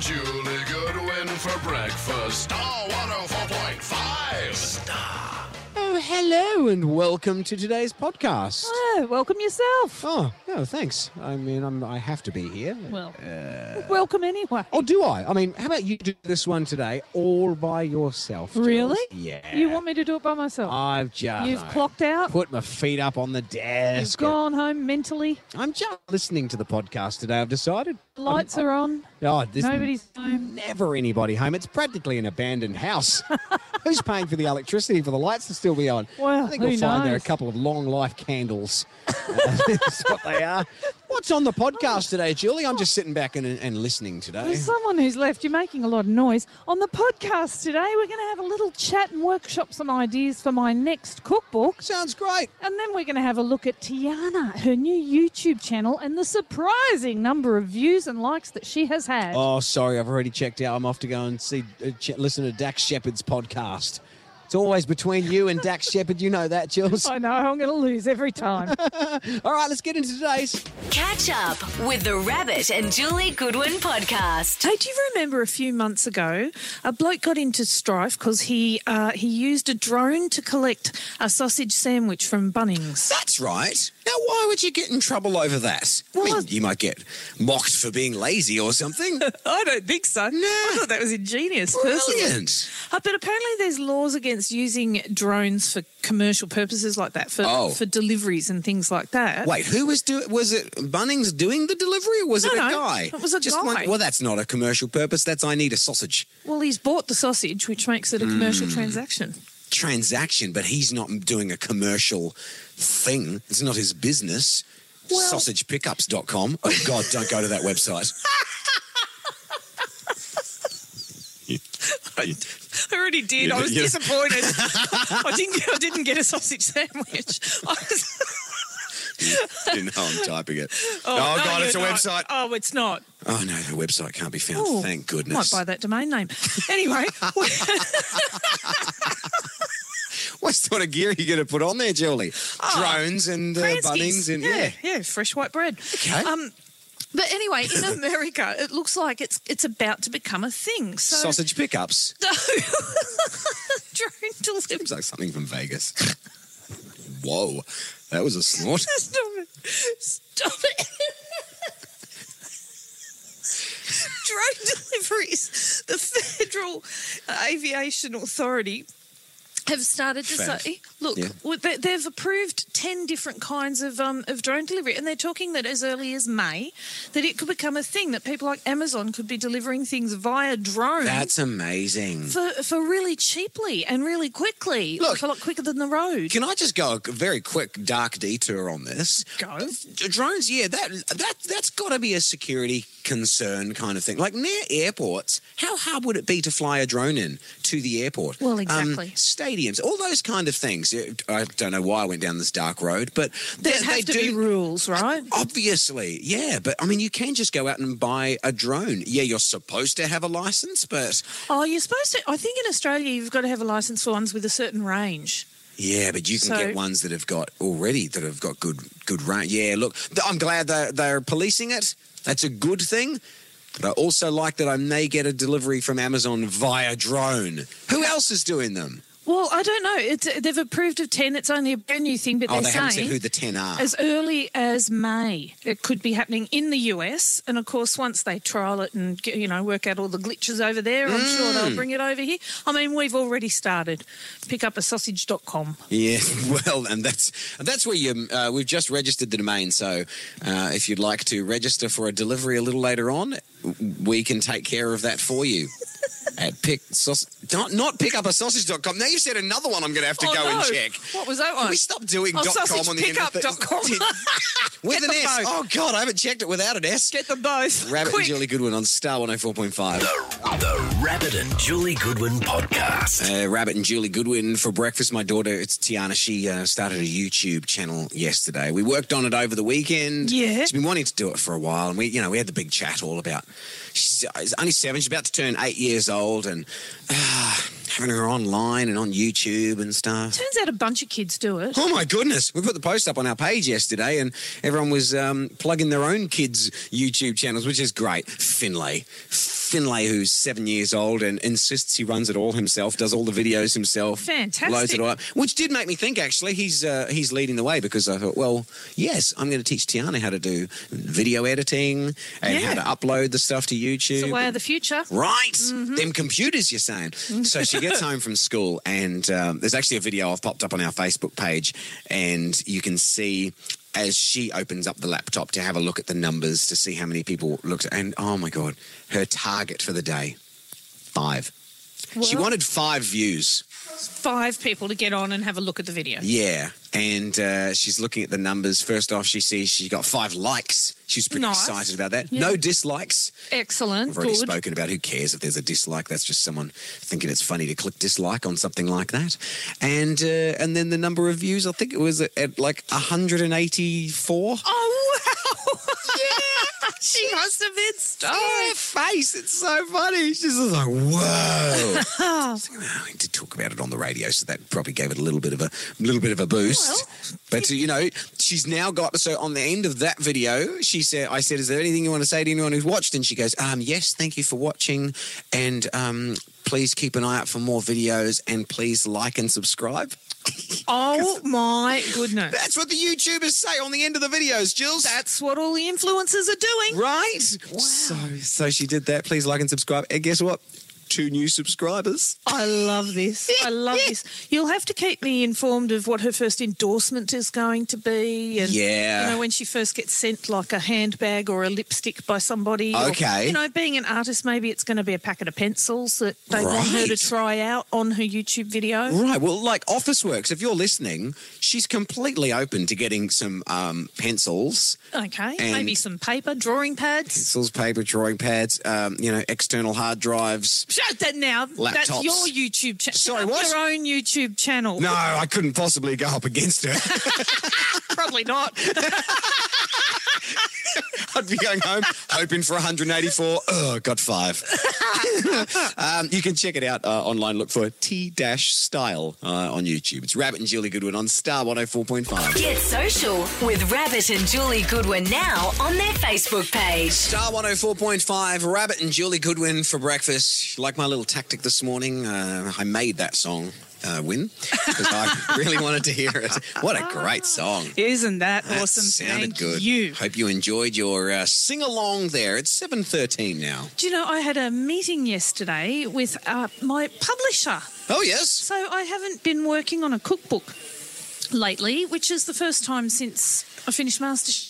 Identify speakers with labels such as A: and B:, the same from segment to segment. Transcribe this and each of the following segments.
A: Julie Goodwin for breakfast. Star 104.5. Star.
B: Oh, hello and welcome to today's podcast.
C: Oh, welcome yourself.
B: Oh, no, thanks. I mean, I'm, I have to be here.
C: Well, welcome anyway.
B: Oh, do I? I mean, how about you do this one today all by yourself? Jules?
C: Really?
B: Yeah.
C: You want me to do it by myself?
B: I've just
C: You've clocked out.
B: put my feet up on the
C: You've
B: desk.
C: gone home mentally.
B: I'm just listening to the podcast today. I've decided.
C: Lights are on.
B: Oh, this
C: Nobody's home.
B: never anybody home. It's practically an abandoned house. Who's paying for the electricity for the lights to still be on?
C: Well,
B: I think
C: who
B: we'll find there are a
C: knows?
B: couple of long life candles. Uh, That's what they are. What's on the podcast today, Julie? I'm just sitting back and, and listening today.
C: There's someone who's left. You're making a lot of noise. On the podcast today, we're going to have a little chat and workshop some ideas for my next cookbook.
B: Sounds great.
C: And then we're going to have a look at Tiana, her new YouTube channel, and the surprising number of views and likes that she has had.
B: Oh, sorry, I've already checked out. I'm off to go and see, uh, ch- listen to Dax Shepherd's podcast. It's always between you and Dax Shepherd. You know that, Jules.
C: I know, I'm going to lose every time.
B: All right, let's get into today's.
D: Catch up with the Rabbit and Julie Goodwin podcast.
E: Hey, do you remember a few months ago, a bloke got into strife because he uh, he used a drone to collect a sausage sandwich from Bunnings?
F: That's right. Now, why would you get in trouble over that? I mean, you might get mocked for being lazy or something.
E: I don't think so. No, I thought that was ingenious. Personally.
F: Brilliant.
E: Uh, but apparently, there's laws against using drones for commercial purposes like that, for
F: Oh.
E: for deliveries and things like that.
F: Wait, who was do? Was it Bunnings doing the delivery, or was it
E: No,
F: a
E: no,
F: guy?
E: it was a
F: Just
E: guy.
F: well, that's not a commercial purpose. That's I need a sausage
E: Well, he's bought the sausage, which makes it a commercial
F: Hmm.
E: transaction.
F: transaction, but he's not doing a commercial thing. It's not his business. Sausagepickups.com. Oh God, don't go to that website.
E: I already did. I was
F: Yeah.
E: disappointed. I didn't. I didn't get a sausage sandwich. I was,
F: you know I'm typing it.
E: Oh, no,
F: God, it's a
E: you're not.
F: website.
E: Oh, it's not.
F: Oh no, the website can't be found.
E: Oh,
F: Thank goodness.
E: Might buy that domain name. Anyway, we-
F: What sort of gear are you going to put on there, Julie? Drones and uh,
E: Franskys.
F: Bunnings and
E: Ah, yeah,
F: yeah.
E: yeah, fresh white bread.
F: Okay.
E: Um, but anyway, in America, it looks like it's it's about to become a thing. So
F: Sausage pickups.
E: No. drone delivery.
F: Seems like something from Vegas. Whoa, that was a snort.
E: Stop it. Stop it. Drone deliveries. The Federal Aviation Authority have started to
F: Fav.
E: say, look,
F: Yeah.
E: well, they- they've approved 10 different kinds of, um, of drone delivery. And they're talking that as early as May, that it could become a thing, that people like Amazon could be delivering things via drone.
F: That's amazing.
E: for, for really cheaply and really quickly,
F: Look-
E: like a lot quicker than the road.
F: Can I just go a very quick dark detour on this?
E: Go.
F: Drones, yeah, that that that's got to be a security concern kind of thing. Like near airports, how hard would it be to fly a drone in to the airport?
E: Well,
F: Um,
E: exactly.
F: stadiums, all those kind of things. I don't know why I went down this dark road, but
E: There
F: they,
E: have
F: they
E: to
F: do
E: be rules, right?
F: Obviously, yeah, but I mean, you can just go out and buy a drone. Yeah, you're supposed to have a license, but
E: Oh, you're supposed to. I think in Australia you've got to have a license for ones with a certain range.
F: yeah, but you can
E: So-
F: get ones that have got already that have got good good range. Yeah, look, th- I'm glad they're, they're policing it. That's a good thing. But I also like that I may get a delivery from Amazon via drone. Who else is doing them?
E: Well, I don't know. It's, they've approved of ten. It's only a brand new thing, but
F: Oh,
E: they're
F: they haven't said
E: saying
F: who the ten are.
E: as early as May it could be happening in the US. And of course, once they trial it and get, you know work out all the glitches over there, I'm sure
F: Mm.
E: they'll bring it over here. I mean, we've already started. Pick up a sausage.com.
F: Yeah, well, and that's that's where you. Uh, we've just registered the domain, so uh, if you'd like to register for a delivery a little later on, w- we can take care of that for you. At pick sausage, not not pickupassausage.com. Now you've said another one. I'm going to have to
E: Oh,
F: go and
E: no.
F: check.
E: What was that one?
F: Can we stop doing
E: Oh,
F: dot com on the end of things?
E: sausagepickup.com.
F: with
E: Get
F: an
E: the
F: S.
E: boat.
F: Oh God, I haven't checked it without an S.
E: Get them both.
F: Rabbit
E: Quick.
F: and Julie Goodwin on Star 104.5.
A: The Rabbit and Julie Goodwin podcast.
F: Uh, Rabbit and Julie Goodwin for breakfast. My daughter, it's Tiana. She uh, started a YouTube channel yesterday. We worked on it over the weekend.
E: Yeah.
F: she's been wanting to do it for a while, and we, you know, we had the big chat all about. She's uh, she's only seven. She's about to turn eight years old, and uh, having her online and on YouTube and stuff.
E: Turns out a bunch of kids do it.
F: Oh my goodness! We put the post up on our page yesterday, and everyone was um, plugging their own kids' YouTube channels, which is great. Finlay, Finlay, who's seven years old and insists he runs it all himself, does all the videos himself,
E: Fantastic.
F: loads it all up. Which did make me think actually he's uh, he's leading the way because I thought, well, yes, I'm going to teach Tiana how to do video editing and
E: Yeah.
F: how to upload the stuff to
E: It's
F: YouTube.
E: the way of the future.
F: Right, them computers, you're saying. So she gets home from school, and um, there's actually a video I've popped up on our Facebook page, and you can see as she opens up the laptop to have a look at the numbers to see how many people looked. And oh my god, her target for the day five. She
E: Well,
F: wanted five views.
E: five people to get on and have a look at the video.
F: Yeah. And uh, she's looking at the numbers. First off, she sees she got five likes. She's pretty
E: Nice.
F: excited about that. No dislikes.
E: Excellent.
F: We've already
E: Good.
F: spoken about who cares if there's a dislike. That's just someone thinking it's funny to click dislike on something like that. And uh, and then the number of views, I think it was at, at like 184.
E: Oh wow! yeah, she must have been
F: Oh, her
E: stunned.
F: face, it's so funny. She's just like, whoa. I was thinking, "Oh, I did talk about it on the radio, so that probably gave it a little bit of a little bit of a boost. but uh, you know, she's now got so on the end of that video, she said, I said, Is there anything you want to say to anyone who's watched? And she goes, Um, yes, thank you for watching. And um, please keep an eye out for more videos and please like and subscribe.
E: Oh my goodness!
F: That's what the YouTubers say on the end of the videos, Jules.
E: That's what all the influencers are doing.
F: Right. So so she did that. Please like and subscribe. And guess what? Two new subscribers.
E: I love this. I love this. You'll have to keep me informed of what her first endorsement is going to be. And,
F: Yeah.
E: You know, when she first gets sent like a handbag or a lipstick by somebody. or,
F: Okay.
E: you know, being an artist, maybe it's going to be a packet of pencils that they want her to
F: Right.
E: try out on her YouTube video.
F: Right. Well, like Office Works, if you're listening, she's completely open to getting some um, pencils,
E: Okay.
F: And-
E: maybe some paper, drawing pads.
F: pencils, paper, drawing pads, um, you know, external hard drives.
E: Shut that now. That's
F: Laptops.
E: your YouTube channel.
F: Sorry, what?
E: Your own YouTube channel.
F: No, I couldn't possibly go up against her.
E: Probably not.
F: I'd be going home hoping for 184. Oh, got five. um, you can check it out uh, online. Look for T Dash Style uh, on YouTube. It's Rabbit and Julie Goodwin on Star 104.5.
D: Get social with Rabbit and Julie Goodwin now on their Facebook page.
F: Star 104.5, Rabbit and Julie Goodwin for breakfast. Like my little tactic this morning, uh, I made that song, uh, Win, because I really wanted to hear it. What a great song.
E: Isn't that,
F: That
E: Ah. awesome?
F: sounded
E: Thank
F: good.
E: you.
F: Hope you enjoyed your uh, sing along there. It's 7.13 now.
E: Do you know, I had a meeting yesterday with uh, my publisher.
F: Oh, yes.
E: So I haven't been working on a cookbook lately, which is the first time since I finished Master's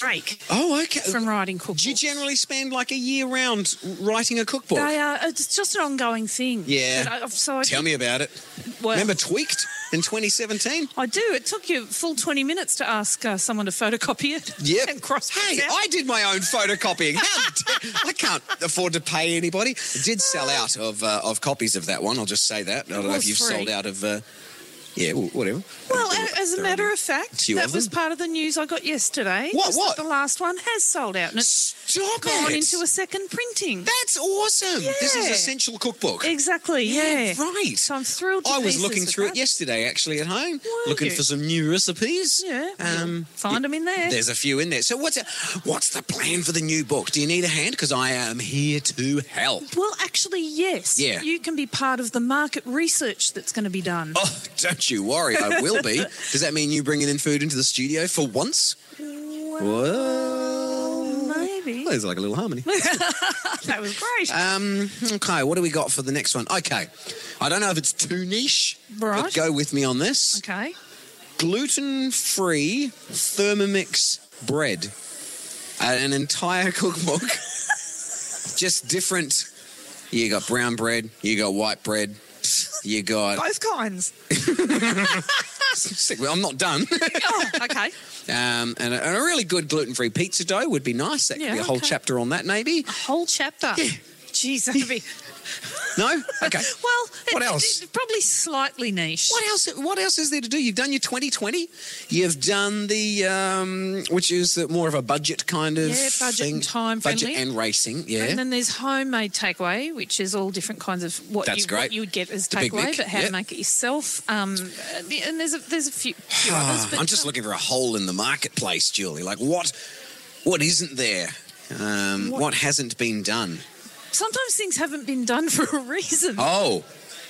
E: break
F: Oh, okay.
E: from writing cookbooks.
F: Do you generally spend like a year round writing a cookbook?
E: They are, it's just an ongoing thing.
F: Yeah.
E: But I, so I
F: Tell
E: did-
F: me about it.
E: well,
F: Remember Tweaked in 2017?
E: I do. It took you a full 20 minutes to ask uh, someone to photocopy it
F: Yep.
E: and cross
F: Hey,
E: it out.
F: I did my own photocopying. How da- I can't afford to pay anybody. I did sell out of uh, of copies of that one. I'll just say that. I don't know
E: was
F: if you've
E: free.
F: sold out of. Uh, yeah, well, whatever.
E: Well,
F: They're-
E: a- as a
F: they're
E: matter
F: on-
E: of fact,
F: few
E: that
F: of
E: was
F: them.
E: part of the news I got yesterday.
F: What,
E: was that
F: what?
E: The last one has sold out and it's
F: Stop
E: gone
F: it.
E: into a second printing.
F: That's awesome. This is
E: Yeah.
F: essential cookbook.
E: Exactly. Yeah.
F: Right.
E: So I'm thrilled. To
F: I was
E: pieces
F: looking
E: with
F: through
E: that.
F: it yesterday, actually, at home,
E: Were
F: looking
E: you?
F: for some new recipes.
E: Yeah.
F: Um,
E: Find them in there.
F: There's a few in there. So what's what's the plan for the new book? Do you need a hand? Because I am here to help.
E: Well, actually, yes.
F: Yeah.
E: You can be part of the market research that's going to be done.
F: Oh, don't you worry, I will be. Does that mean you bringing in food into the studio for once? Oh. Whoa.
E: Maybe.
F: There's like a little harmony.
E: that was great.
F: Um, okay, what do we got for the next one? Okay, I don't know if it's too niche, but
E: Right.
F: go with me on this.
E: okay.
F: Gluten-free Thermomix bread. Uh, an entire cookbook. Just different. You got brown bread, you got white bread, you got...
E: Both kinds.
F: Sick, well, I'm not done.
E: oh, okay.
F: Um, and, a, and a really good gluten free pizza dough would be nice. That could
E: Yeah,
F: be a whole
E: okay.
F: chapter on that, maybe.
E: Whole chapter. Jeez, that'd be.
F: No? Okay.
E: Well,
F: What
E: it-
F: else?
E: it- probably slightly niche.
F: What else? What else is there to do? You've done your 2020. You've done the, um, which is the, more of a budget kind of
E: Yeah, budget
F: thing.
E: and time
F: budget
E: friendly.
F: and racing. Yeah,
E: And then there's homemade takeaway, which is all different kinds of what,
F: That's
E: you,
F: great.
E: what you would get as
F: The Big Mac,
E: takeaway, but how
F: yeah.
E: to make it yourself. Um, uh, the- and there's a, there's a few, few others. But
F: Ah, I'm just looking for a hole in the marketplace, Julie. Like what? What isn't there? Um, what? hasn't been done?
E: Sometimes things haven't been done for a reason.
F: Oh.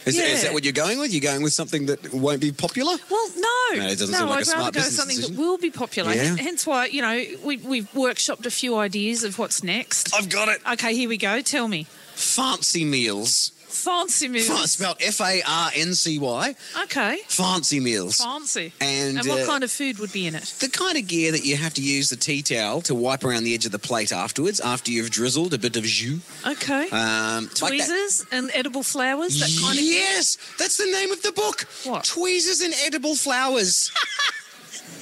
F: Is, is
E: Yeah.
F: that what you're going with? You're going with something that won't be popular?
E: Well, no,
F: No, it doesn't seem like
E: I'd
F: a smart
E: rather go with
F: business
E: something
F: decision.
E: that will be popular.
F: Yeah.
E: Hence why, you know, we, we've workshopped a few ideas of what's next.
F: I've got it.
E: Okay, here we go. Tell me,
F: Fancy meals.
E: fancy meals.
F: Fan- Spelled F A R N C Y.
E: Okay,
F: Fancy meals.
E: fancy.
F: And,
E: what
F: uh,
E: kind of food would be in it?
F: The kind of gear that you have to use the tea towel to wipe around the edge of the plate afterwards, after you've drizzled a bit of jus.
E: Okay,
F: Um, like that.
E: tweezers and edible flowers. That kind of.
F: yes, that's the name of the book.
E: What?
F: Tweezers and edible flowers.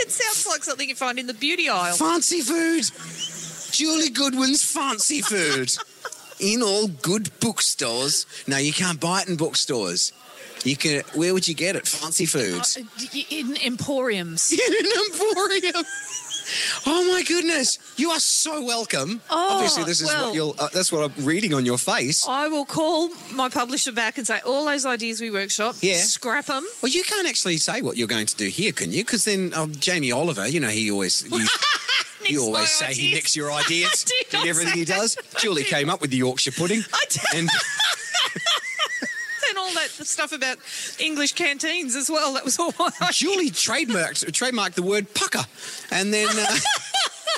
E: It sounds like something you find in the beauty aisle.
F: fancy food. Julie Goodwin's fancy food. in all good bookstores. No, you can't buy it in bookstores. You can. Where would you get it? Fancy foods.
E: Uh, In emporiums.
F: in an emporium. Oh my goodness! You are so welcome.
E: Oh,
F: Obviously, this is
E: well- Oh.
F: what you'll. Uh, that's what I'm reading on your face.
E: I will call my publisher back and say all those ideas we workshop,
F: Yeah.
E: scrap them.
F: Well, you can't actually say what you're going to do here, can you? Because then um, Jamie Oliver, you know, he always you, you always say he nicks your ideas
E: did not
F: and everything
E: say
F: he does. Julie came up with the Yorkshire pudding.
E: I did.
F: And
E: and all that stuff about English canteens as well. That was all. I-
F: Julie trademarked trademarked the word pucker, and then. Uh,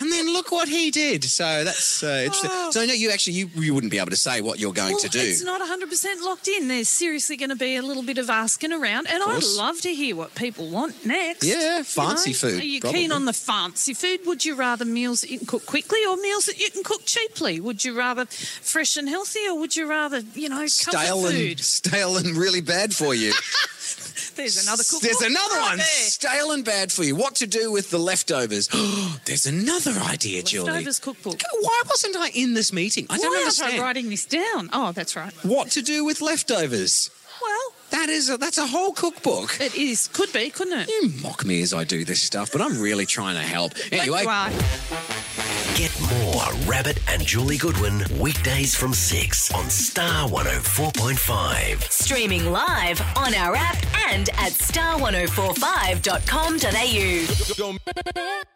F: And then look what he did. So that's uh, interesting. So no, you actually you, you wouldn't be able to say what you're going
E: Oh. Well,
F: to do.
E: It's not 100% locked in. There's seriously going to be a little bit of asking around, and I'd
F: course.
E: love to hear what people want next.
F: Yeah,
E: you
F: fancy
E: know?
F: food,
E: Are you
F: probably.
E: keen on the fancy food? Would you rather meals that you can cook quickly or meals that you can cook cheaply? Would you rather fresh and healthy, or would you rather, you know,
F: stale
E: comfort
F: and
E: food?
F: stale and really bad for you.
E: There's another cookbook.
F: There's another
E: right
F: one.
E: there.
F: Stale and bad for you. What to do with the leftovers? There's another idea, Julie.
E: Leftovers cookbook.
F: Why wasn't I in this meeting? I don't
E: Why aren't
F: understand.
E: I writing this down? Oh, that's right.
F: What to do with leftovers?
E: Well,
F: That is a, that's a whole cookbook.
E: it is. Could be, couldn't it?
F: You mock me as I do this stuff, but I'm really trying to help. Anyway,
E: You are.
A: Get more Rabbit and Julie Goodwin weekdays from 6 on Star 104.5.
D: Streaming live on oh our app and at star1045.com.au.